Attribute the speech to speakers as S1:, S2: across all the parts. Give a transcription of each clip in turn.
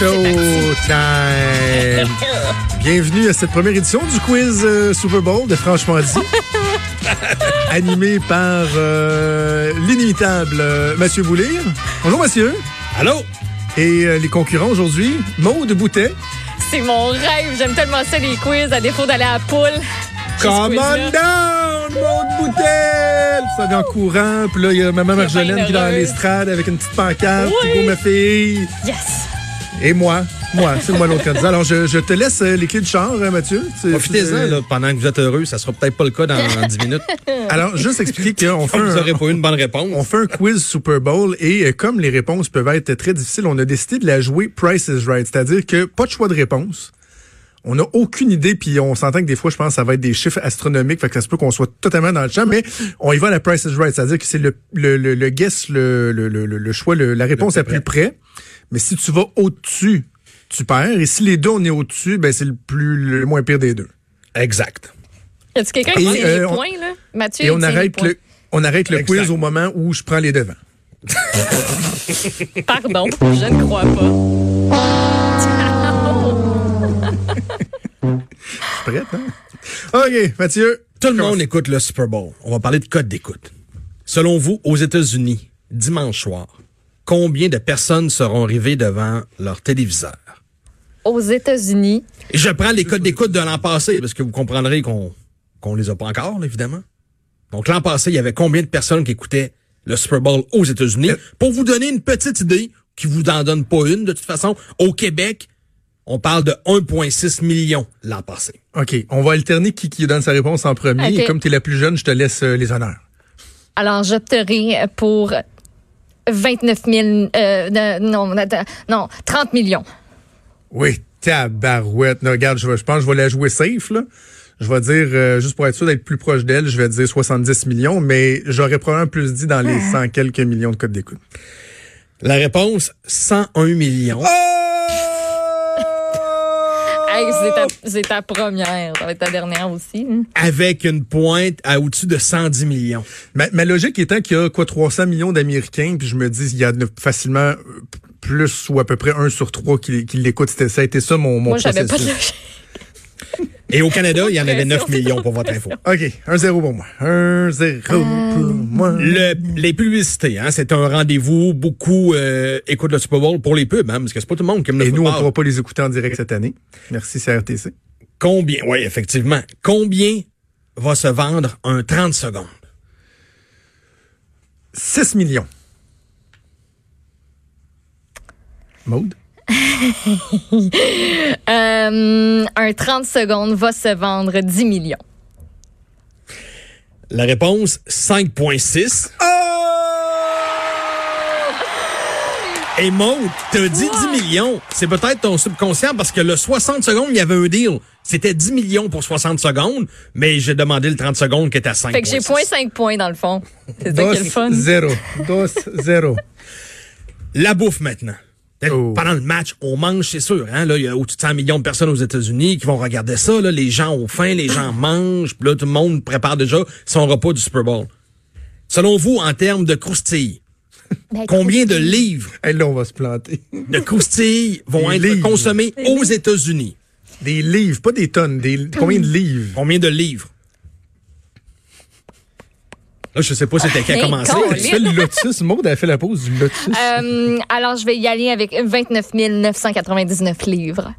S1: Oh Showtime! Bienvenue à cette première édition du quiz euh, Super Bowl de Franchement dit. animé par euh, l'inimitable euh, Mathieu Boulir. Bonjour Mathieu.
S2: Allô?
S1: Et euh, les concurrents aujourd'hui, Maude Boutet.
S3: C'est mon rêve. J'aime tellement ça, les quiz, à défaut d'aller à la poule. J'ai ce
S1: Come on
S3: quiz-là.
S1: down, Maude Boutet! Ça vient en courant, puis là, il y a Maman
S3: Je suis bien
S1: Marjolaine qui est dans
S3: heureuse.
S1: l'estrade avec une petite pancarte.
S3: Oui.
S1: Puis beau, ma fille.
S3: Yes!
S1: Et moi. Moi, c'est moi l'autre candidat. Alors, je, je te laisse euh, les clés de char, hein, Mathieu. Tu-
S2: Profitez-en
S1: tu-
S2: là, pendant que vous êtes heureux. Ça sera peut-être pas le cas dans, dans 10 minutes.
S1: Alors, juste expliquer qu'on fait
S2: Vous
S1: un,
S2: n'aurez pas eu une bonne réponse.
S1: On fait un quiz Super Bowl et euh, comme les réponses peuvent être très difficiles, on a décidé de la jouer Price is Right, c'est-à-dire que pas de choix de réponse. On n'a aucune idée, puis on s'entend que des fois, je pense que ça va être des chiffres astronomiques, fait que ça se peut qu'on soit totalement dans le champ, mais on y va à la Price is Right, c'est-à-dire que c'est le, le, le, le guess, le, le, le, le choix, le- la réponse
S2: Le
S1: la
S2: plus
S1: plus près. Mais si tu vas au-dessus, tu perds. Et si les deux, on est au-dessus, ben c'est le plus le moins pire des deux.
S2: Exact.
S3: Y a-tu quelqu'un qui
S1: Et,
S3: tient les
S1: euh, on-
S3: points, là? Mathieu,
S1: Et
S3: il
S1: on
S3: tient les
S1: arrête
S3: points.
S1: le, on arrête le
S2: Exact.
S1: quiz au moment où je prends les devants.
S3: Pardon, je ne crois pas. Ciao.
S1: Prête, hein? OK, Mathieu.
S2: Tout le monde écoute le Super Bowl. On va parler de code d'écoute. Selon vous, aux États-Unis, dimanche soir, combien de personnes seront rivées devant leur téléviseur?
S3: Aux États-Unis,
S2: Et je prends les codes d'écoute de l'an passé, parce que vous comprendrez qu'on qu'on les a pas encore, là, évidemment. Donc, l'an passé, il y avait combien de personnes qui écoutaient le Super Bowl aux États-Unis? Pour vous donner une petite idée, qui vous en donne pas une, de toute façon, au Québec, on parle de 1,6 million l'an passé.
S1: OK, on va alterner qui, qui donne sa réponse en premier.
S3: OK.
S1: Et comme tu es la plus jeune, je te laisse euh, les honneurs.
S3: alors j'opterai pour 29 000. euh, de- non, attends, non, 30 millions.
S1: Oui, tabarouette. Non, regarde, je, vais- je pense que je vais la jouer safe, là. Je vais dire, euh, juste pour être sûr d'être plus proche d'elle, je vais dire 70 millions, mais j'aurais probablement plus dit dans
S3: Ah.
S1: les 100 quelques millions de codes d'écoute.
S2: La réponse, 101 millions.
S1: Oh!
S3: Hey, c'est ta- c'est ta, première. Ça va être ta dernière aussi. hein.
S2: Avec une pointe à au-dessus de 110 millions.
S1: Ma, ma logique étant qu'il y a quoi 300 millions d'Américains, puis je me dis il y a ne- facilement euh, p- plus ou à peu près un sur trois qui, qui l'écoute. C'était- Ça a été ça mon, mon
S3: Moi, j'avais pas de
S1: processus.
S3: logique.
S2: Et au Canada, il y en avait 9
S3: Impression.
S2: millions pour votre info.
S1: OK, 1-0 pour moi. 1-0
S3: Euh,
S1: pour moi.
S2: Le, les publicités, hein, c'est un rendez-vous. Beaucoup euh, écoutent le Super Bowl pour les pubs, hein, parce que c'est pas tout le monde qui aime le
S1: Et nous, on ne
S2: football.
S1: pourra pas les écouter en direct cette année. Merci CRTC.
S2: Combien, oui, effectivement. Combien va se vendre un 30 secondes?
S1: 6 millions. Maude?
S3: Euh, un 30 secondes va se vendre 10 millions.
S2: La réponse, 5,6.
S3: Ah!
S2: Et Maud, t'as dit 10 millions. C'est peut-être ton subconscient parce que le 60 secondes, il y avait un deal. C'était 10 millions pour 60 secondes, mais j'ai demandé le 30 secondes qui était à 5.
S3: Fait que j'ai point 5 points dans le fond. C'est ça qui est le fun.
S1: 2-0. 2-0.
S2: La bouffe maintenant. Peut-être
S1: Oh.
S2: Pendant le match, on mange, c'est sûr. Hein? Là, il y a au-dessus de 100 millions de personnes aux États-Unis qui vont regarder ça. Là. Les gens ont faim, les gens mangent. Puis là, tout le monde prépare déjà son repas du Super Bowl. Selon vous, en termes de croustilles,
S3: Ben,
S2: combien de
S3: qu'est-ce que-
S2: livres
S1: Hey, là, on va se planter.
S2: de croustilles vont
S1: Des
S2: être
S1: livres.
S2: consommées aux États-Unis?
S1: Des livres, pas des tonnes. Des, combien de livres?
S2: Combien de livres? Là, je sais pas c'était qui a
S3: Hey,
S2: commencé.
S3: con,
S1: Tu fais le lotus. Maude a fait la pause du lotus.
S3: Oh, Euh, alors, je vais y aller avec 29 999 livres.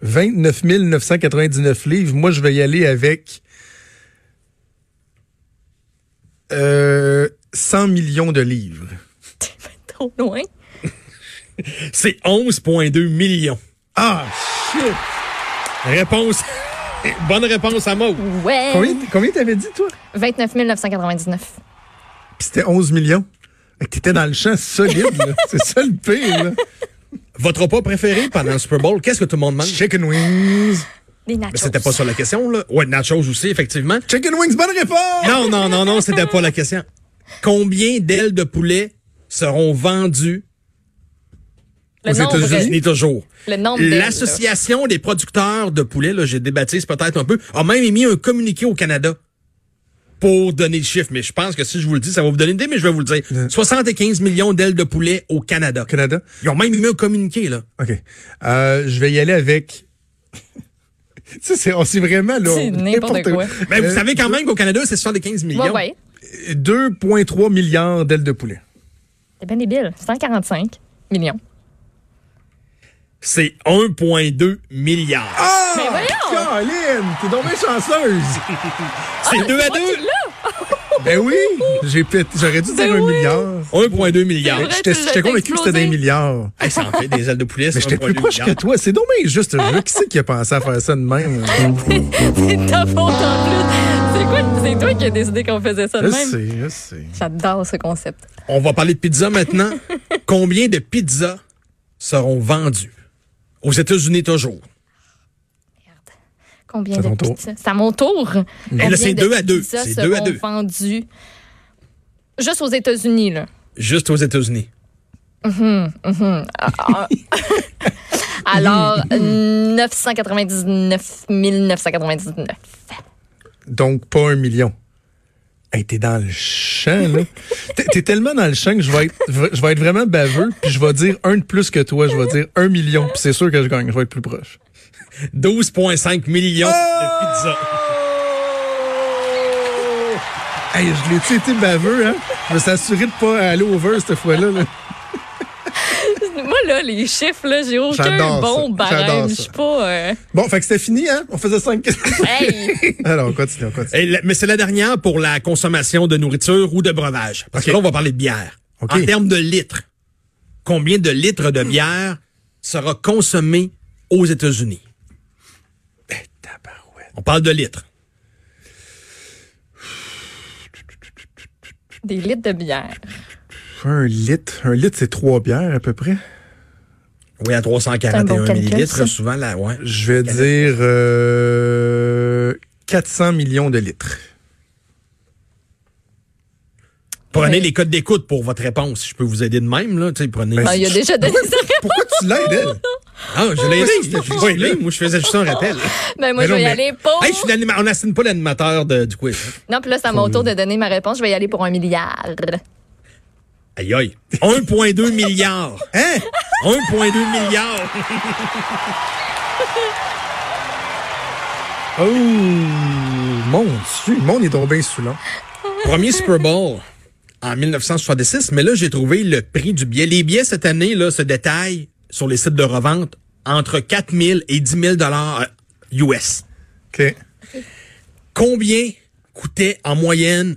S1: 29 999 livres. Moi, je vais y aller avec euh, 100 millions de livres.
S3: Trop loin.
S2: C'est 11,2 millions.
S1: Ah, shit!
S2: Réponse. Bonne réponse à Maud.
S3: Ouais.
S1: Combien, combien t'avais dit, toi?
S3: 29 999.
S1: Puis c'était 11 millions. Fait que t'étais dans le champ solide, là. C'est ça le pire, là.
S2: Votre repas préféré pendant le Super Bowl, qu'est-ce que tout le monde mange?
S1: Chicken wings.
S3: Des
S2: Mais
S3: nachos.
S2: c'était pas ça la question, là. Ouais, nachos aussi, effectivement.
S1: Chicken wings, bonne réponse!
S2: Non, non, non, non, c'était pas la question. Combien d'ailes de poulet seront vendues
S3: Le
S2: aux
S3: nombre.
S2: États-Unis toujours?
S3: Le nombre d'ailes,
S2: L'association des producteurs de poulet, là, j'ai débattu c'est peut-être un peu, a même émis un communiqué au Canada pour donner le chiffre. Mais je pense que si je vous le dis, ça va vous donner une idée, mais je vais vous le dire. 75 millions d'ailes de poulet au Canada.
S1: Canada?
S2: Ils ont même mieux communiqué, là.
S1: OK. Euh, je vais y aller avec. tu sais, c'est on s'est vraiment, là.
S3: C'est
S1: on-
S3: n'importe quoi.
S2: Mais
S1: Euh,
S2: vous savez quand même qu'au Canada, c'est 75 millions.
S3: Ouais, ouais.
S1: Ben, 2,3 milliards d'ailes de poulet.
S3: C'est bien débile. 145 millions.
S2: C'est 1,2 milliards.
S1: Mais
S3: voyons!
S1: Ah! Caroline, t'es donc bien chanceuse!
S2: c'est 2 à 2.
S1: ben oui! J'ai pété- J'aurais dû dire
S3: Ben
S1: un
S3: oui.
S1: milliard.
S2: 1,2 milliards.
S3: C'est vrai.
S1: J'étais
S3: tu
S1: j'étais
S3: l'as
S1: convaincu que c'était
S3: explosé.
S1: des milliards.
S2: Hey, ça en fait des ailes de poulet.
S1: Mais j'étais plus proche que toi. C'est dommage, juste. Je veux qui c'est qui a pensé à faire ça de même?
S3: C'est de ta faute en plus. C'est quoi? C'est toi qui as décidé qu'on faisait ça de
S1: Je
S3: même.
S1: sais, je sais.
S3: J'adore ce concept.
S2: On va parler de pizza maintenant. Combien de pizzas seront vendues aux États-Unis toujours?
S3: Combien
S1: C'est
S3: de
S1: ton tour.
S3: pizzas? C'est à mon tour. Combien
S2: là, c'est
S3: de
S2: deux à deux.
S3: pizzas
S2: C'est deux à
S3: seront
S2: deux.
S3: vendues juste aux États-Unis, là.
S2: Juste aux États-Unis.
S3: Alors, 999 999.
S1: Donc, pas un million. Hey, t'es dans le champ, là. T'es- T'es tellement dans le champ que je vais être, je vais être vraiment baveux, puis je vais dire un de plus que toi. Je vais dire un million, puis c'est sûr que je gagne. Je vais être plus proche.
S2: 12,5 millions de
S1: Ah!
S2: pizzas.
S1: Hey, je l'ai-tu été baveux, hein? Je vais s'assurer de pas aller over cette fois-là. là.
S3: Moi, là, les chiffres, là, j'ai aucun
S1: J'adore
S3: bon
S1: ça. J'adore
S3: barème. Je
S1: ça.
S3: suis pas. euh,
S1: Bon, fait que c'était fini, hein? On faisait cinq questions.
S3: Hey!
S1: Alors, on continue, on continue.
S2: Et Eh, la- mais c'est la dernière pour la consommation de nourriture ou de breuvage. Parce que
S1: OK.
S2: là, on va parler de bière.
S1: OK.
S2: En termes de litres, combien de litres
S3: Hmm.
S2: de bière sera consommé aux États-Unis?
S1: Tabarouette.
S2: On parle de litres.
S3: Des litres de bière.
S1: Un litre. Un litre, c'est trois bières, à peu près.
S2: Oui, à
S3: C'est un
S2: 341
S3: bon calcul,
S2: millilitres,
S3: ça.
S2: souvent, là, ouais.
S1: Je vais dire euh, 400 millions de litres.
S2: Prenez
S3: Ouais.
S2: les codes d'écoute pour votre réponse, si je peux vous aider de même, là. Tu sais, prenez.
S3: Ah, il a déjà donné ça.
S1: Pourquoi tu l'aides, elle?
S2: Ah, je l'ai aidé. Je l'ai pas aidé. Moi, je faisais juste un rappel.
S3: Ben, moi,
S2: Mais
S3: je vais y
S2: non, mais-
S3: aller pour.
S2: Hey, je suis l'anima- On n'assigne pas l'animateur de- du quiz.
S3: Non, puis là, c'est à mon tour de donner ma réponse. Je vais y aller pour un milliard.
S2: Aïe, aïe. 1,2 milliard. Hein? 1,2 milliard.
S1: Oh, mon Dieu, mon est tombé sous l'an.
S2: Premier Super Bowl en 1966, mais là, j'ai trouvé le prix du billet. Les billets cette année, là, se détaillent sur les sites de revente entre 4 000 et 10 000 dollars US.
S1: OK.
S2: Combien coûtait en moyenne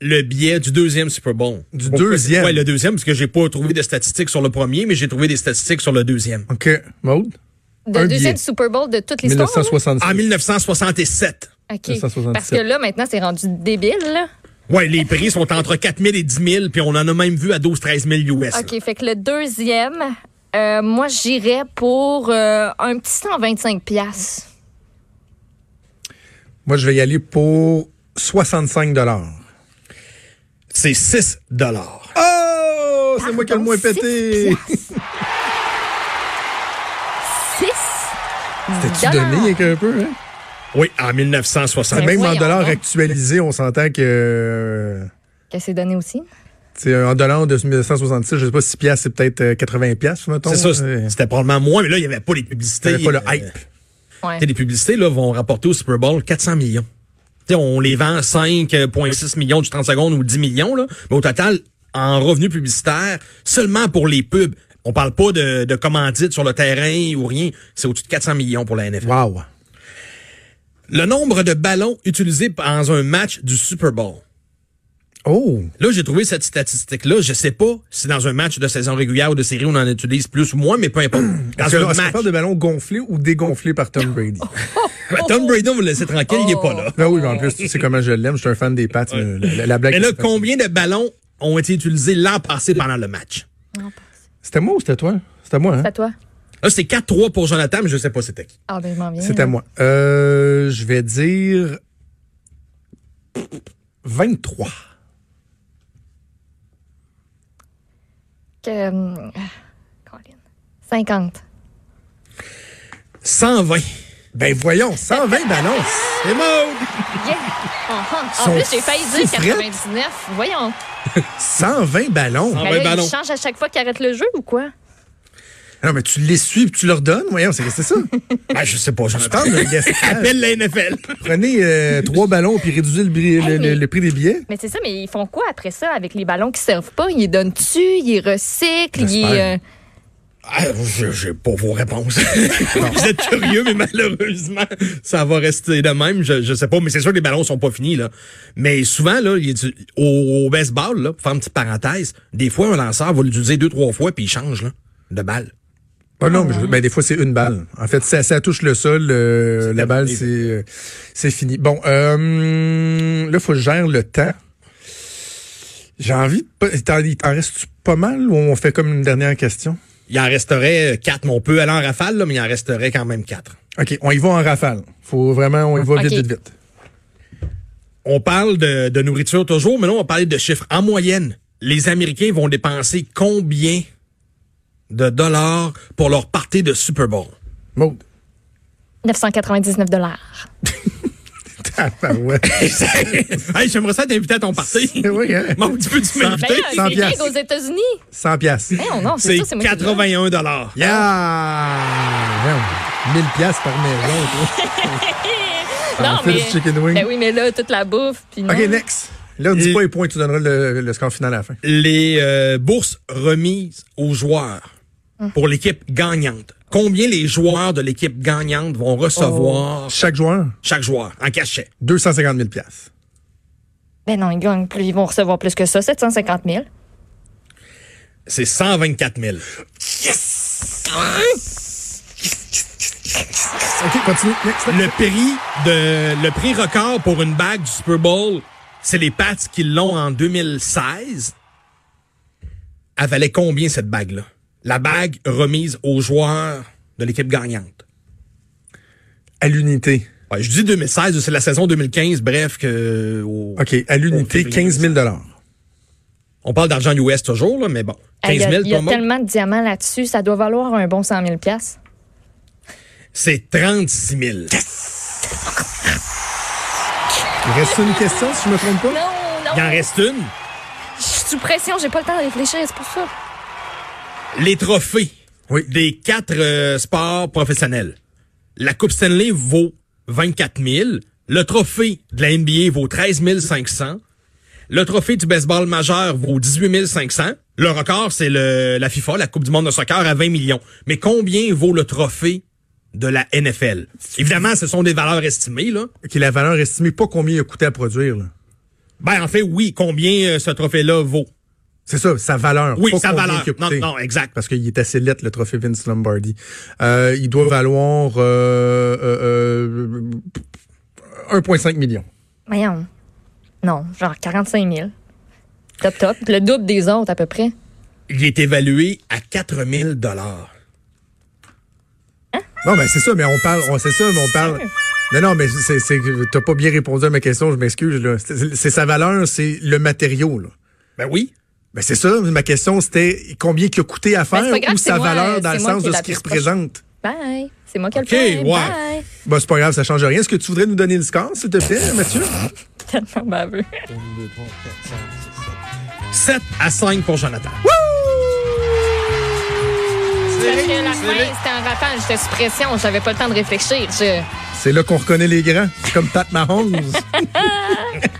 S2: le billet du deuxième Super Bowl?
S1: Du deuxième?
S2: Oui, le deuxième, parce que j'ai pas trouvé de statistiques sur le premier, mais j'ai trouvé des statistiques sur le deuxième.
S1: OK. Maude?
S3: Le
S1: Un
S3: deuxième
S1: billet.
S3: Super Bowl de toute l'histoire. là?
S1: 1966.
S2: En 1967.
S3: OK.
S1: 1977.
S3: Parce que là, maintenant, c'est rendu débile, là.
S2: Ouais, les prix sont entre 4 000 et 10 000, puis on en a même vu à 12 13 000 US. là.
S3: OK, fait que le deuxième, euh, moi, j'irais pour euh, un petit 125 piastres.
S1: Moi, je vais y aller pour 65 dollars.
S2: C'est 6 dollars.
S1: Oh, c'est moi qui ai le moins
S3: Pardon,
S1: pété.
S3: Six?
S1: T'as-tu donné avec un peu, hein?
S2: Oui, en 1960.
S3: Ben
S1: Même en
S3: voyons
S1: dollars
S3: donc.
S1: actualisés, on s'entend que... euh,
S3: Que c'est donné aussi?
S1: tu sais, en dollars de 1966, je sais pas, 6 piastres, c'est peut-être euh, 80 piastres, mettons.
S2: C'est ça,
S1: Euh,
S2: c'était- c'était probablement moins, mais là, il n'y avait pas les publicités.
S1: T'avais pas le
S2: Euh,
S1: hype.
S3: Ouais.
S2: tu sais, les publicités là, vont rapporter au Super Bowl 400 millions. Tu sais, on les vend 5,6 millions du 30 secondes ou 10 millions, là, mais au total, en revenus publicitaires, seulement pour les pubs. On parle pas de, de commandites sur le terrain ou rien. C'est au-dessus de 400 millions pour la NFL.
S1: Wow.
S2: Le nombre de ballons utilisés dans un match du Super Bowl.
S1: Oh.
S2: Là, j'ai trouvé cette statistique-là. Je sais pas si dans un match de saison régulière ou de série, on en utilise plus ou moins, mais peu importe.
S1: Est-ce
S2: Dans
S1: que-
S2: un
S1: est-ce qu'on
S2: match.
S1: parle de ballons gonflés ou dégonflés par Tom Brady?
S2: Ben, Tom Brady, on va le laisser tranquille, il est pas là.
S1: Ben oui, mais en plus, tu sais comment je l'aime. Je suis un fan des Pats. mais La, la- la blague.
S2: Mais là,
S1: c'est pas-
S2: combien de ballons ont été utilisés l'an passé pendant le match?
S1: C'était moi ou c'était toi? C'était moi, hein?
S3: C'est à toi?
S2: Là, c'est 4-3 pour Jonathan, mais je sais pas c'était qui.
S3: Ah, ben, je m'en viens.
S1: C'était moi. Euh, je vais dire 23.
S3: Que, hum, ah, Colin. 50.
S2: 120.
S1: Ben voyons, 120 ballons.
S2: C'est Maud!
S3: Yeah. Ah, ah.
S1: Sont
S3: En plus, j'ai failli dire
S1: fous frettes.
S3: 99. Voyons.
S1: 120 ballons.
S2: Ah,
S3: Mais
S2: ben,
S3: là,
S2: ballon.
S3: ils changent à chaque fois qu'ils arrêtent le jeu ou quoi?
S1: Ah Non, mais tu les suis puis tu leur donnes. Voyons, c'est c'est ça.
S2: Ah, je sais pas, je
S1: Tu parles d'un gaspillage.
S2: Appelle la NFL.
S1: hein, Prenez euh, trois ballons puis réduisez le, bri- le- le- le prix des billets.
S3: Mais c'est ça, mais ils font quoi après ça avec les ballons qui servent pas? Ils les donnent-tu? Ils les recyclent? Ils,
S1: J'espère.
S3: euh,
S2: Ah, je- J'ai pas vos réponses. Vous êtes curieux, mais malheureusement, ça va rester de même. Je, je sais pas, mais c'est sûr que les ballons sont pas finis, là. Mais souvent, là, il y a du- au, au baseball, là, pour faire une petite parenthèse, des fois, un lanceur va l'utiliser deux, trois fois, puis il change, là, de balle.
S1: Ah non, mais je- ben, des fois, c'est une balle. En fait, ça, ça touche le sol. euh, la balle, c'est euh, c'est fini. Bon, euh, là, faut que je gère le temps. J'ai envie de... pas- il t'en- Il t'en reste pas mal ou on fait comme une dernière question?
S2: Il en resterait euh, quatre, mais on peut aller en rafale, là, mais il en resterait quand même quatre.
S1: OK, on y va en rafale. Faut vraiment, on y va
S3: Ok.
S1: vite, vite, vite.
S2: On parle de, de nourriture toujours, mais là, on va parler de chiffres. En moyenne, les Américains vont dépenser combien de dollars pour leur partie de Super Bowl?
S1: Maud.
S3: 999
S1: Tabarouette.
S2: hey, j'aimerais ça t'inviter à ton party.
S1: oui, hein?
S2: Mon petit peu, tu
S3: Ben
S2: m'inviter.
S3: là, c'est
S1: 100
S3: dingue
S1: piastres.
S3: aux États-Unis.
S1: 100 piastres.
S3: Eh, non, non, c'est
S2: C'est
S3: ça, c'est moi qui le donne.
S2: 81 dollars.
S1: Yeah! Voyons, 1000 piastres par maison, toi.
S3: Non,
S1: T'en fais du chicken wing.
S3: Ben oui, mais là, toute la bouffe. Puis non.
S1: OK, next. Là, dis
S2: Et-
S1: pas les points, tu donneras le, le score final à la fin.
S2: Les euh, bourses remises aux joueurs
S3: Ah.
S2: pour l'équipe gagnante. Combien les joueurs de l'équipe gagnante vont recevoir
S3: Oh.
S1: Chaque joueur,
S2: chaque joueur en cachet?
S1: 250 000 piastres.
S3: Ben non, ils gagnent plus. Ils vont recevoir plus que ça, 750 000.
S2: C'est 124 000.
S1: OK, continue. Next.
S2: Le prix de le prix record pour une bague du Super Bowl, c'est les Pats qui l'ont en 2016. Elle valait combien cette bague-là? La bague remise aux joueurs de l'équipe gagnante.
S1: À l'unité.
S2: Ouais, je dis 2016, c'est la saison 2015, bref que. au-
S1: OK, à l'unité,
S2: au-
S1: 15 000
S2: On parle d'argent US toujours, là, mais bon.
S3: Ah,
S2: 15
S3: Il y a,
S2: 000,
S3: il y a
S2: Thomas,
S3: tellement de diamants là-dessus, ça doit valoir un bon 100 000
S2: c'est 36 000.
S1: Il reste une question, si je me trompe
S3: Non,
S1: pas?
S3: non.
S2: Il en reste une.
S3: Je suis sous pression, j'ai pas le temps de réfléchir, c'est pour ça.
S2: Les trophées
S1: Oui.
S2: des quatre euh, sports professionnels. La Coupe Stanley vaut 24 000. Le trophée de la NBA vaut 13 500. Le trophée du baseball majeur vaut 18 500. Le record, c'est le- la FIFA, la Coupe du monde de soccer, à 20 millions. Mais combien vaut le trophée de la NFL? Évidemment, ce sont des valeurs estimées, là.
S1: OK, la valeur estimée, pas combien il a coûté à produire. là.
S2: Ben, en fait, oui, combien euh, ce trophée-là vaut?
S1: C'est ça, sa valeur.
S2: Oui,
S1: pas
S2: sa
S1: combien
S2: valeur.
S1: qu'il a
S2: Non,
S1: coûté.
S2: non, exact.
S1: Parce qu'il est assez lettre, le trophée Vince Lombardi. Euh, il doit valoir euh, euh, euh, 1,5 million.
S3: Voyons. Non, genre 45 000. Top, top. Le double des autres, à peu près.
S2: Il est évalué à 4 000 dollars.
S1: Non, mais c'est ça, mais on parle, on, c'est ça, mais on parle. Non, non, mais c'est, c'est, t'as pas bien répondu à ma question, je m'excuse, là. C'est, c'est sa valeur, c'est le matériau, là.
S2: Ben oui.
S1: Ben, c'est ça, ma question, c'était combien qu'il a coûté à
S3: Ben, c'est
S1: faire
S3: pas grave,
S1: ou
S3: c'est
S1: sa
S3: moi,
S1: valeur
S3: euh,
S1: dans
S3: c'est
S1: le
S3: moi
S1: sens
S3: qui
S1: de
S3: ai
S1: ce
S3: la
S1: qu'il
S3: plus proche.
S1: représente.
S3: Bye. C'est moi qui ai
S2: Ok,
S3: le point.
S2: ouais.
S3: Bye.
S1: Ben, c'est pas grave, ça change rien. Est-ce que tu voudrais nous donner le score, s'il te plaît, Mathieu?
S3: Tellement ben baveux.
S2: 7 à 5 pour Jonathan.
S3: Parce que la fin, c'était en rappel, j'étais sous pression, j'avais pas le temps de réfléchir. Je...
S1: C'est là qu'on reconnaît les grands. C'est comme Pat Mahomes.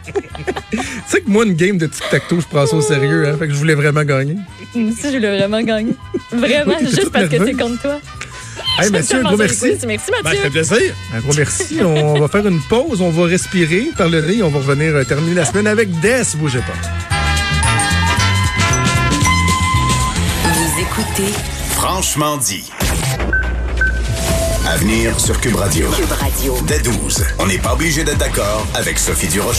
S1: tu sais que moi, une game de tic-tac-toe, je prends ça au sérieux, hein. Fait que je voulais vraiment gagner.
S3: Moi aussi, je l'ai vraiment gagné. Vraiment,
S1: Oui, t'es
S3: juste
S1: toute
S3: parce que
S1: nerveuse.
S3: c'est contre toi.
S1: Hey,
S3: J'aime
S1: Mathieu, un
S3: tellement
S1: gros
S3: ça,
S1: merci.
S3: écoute. Merci,
S2: Ben, ça
S3: Mathieu.
S2: fait plaisir.
S1: Un gros merci. On va faire une pause, on va respirer par le nez, on va revenir euh, terminer la semaine avec Des. Bougez pas.
S4: Vous écoutez
S5: Franchement dit. Avenir sur Cube Radio.
S4: Cube Radio.
S5: Dès 12, on n'est pas obligé d'être d'accord avec Sophie Durocher.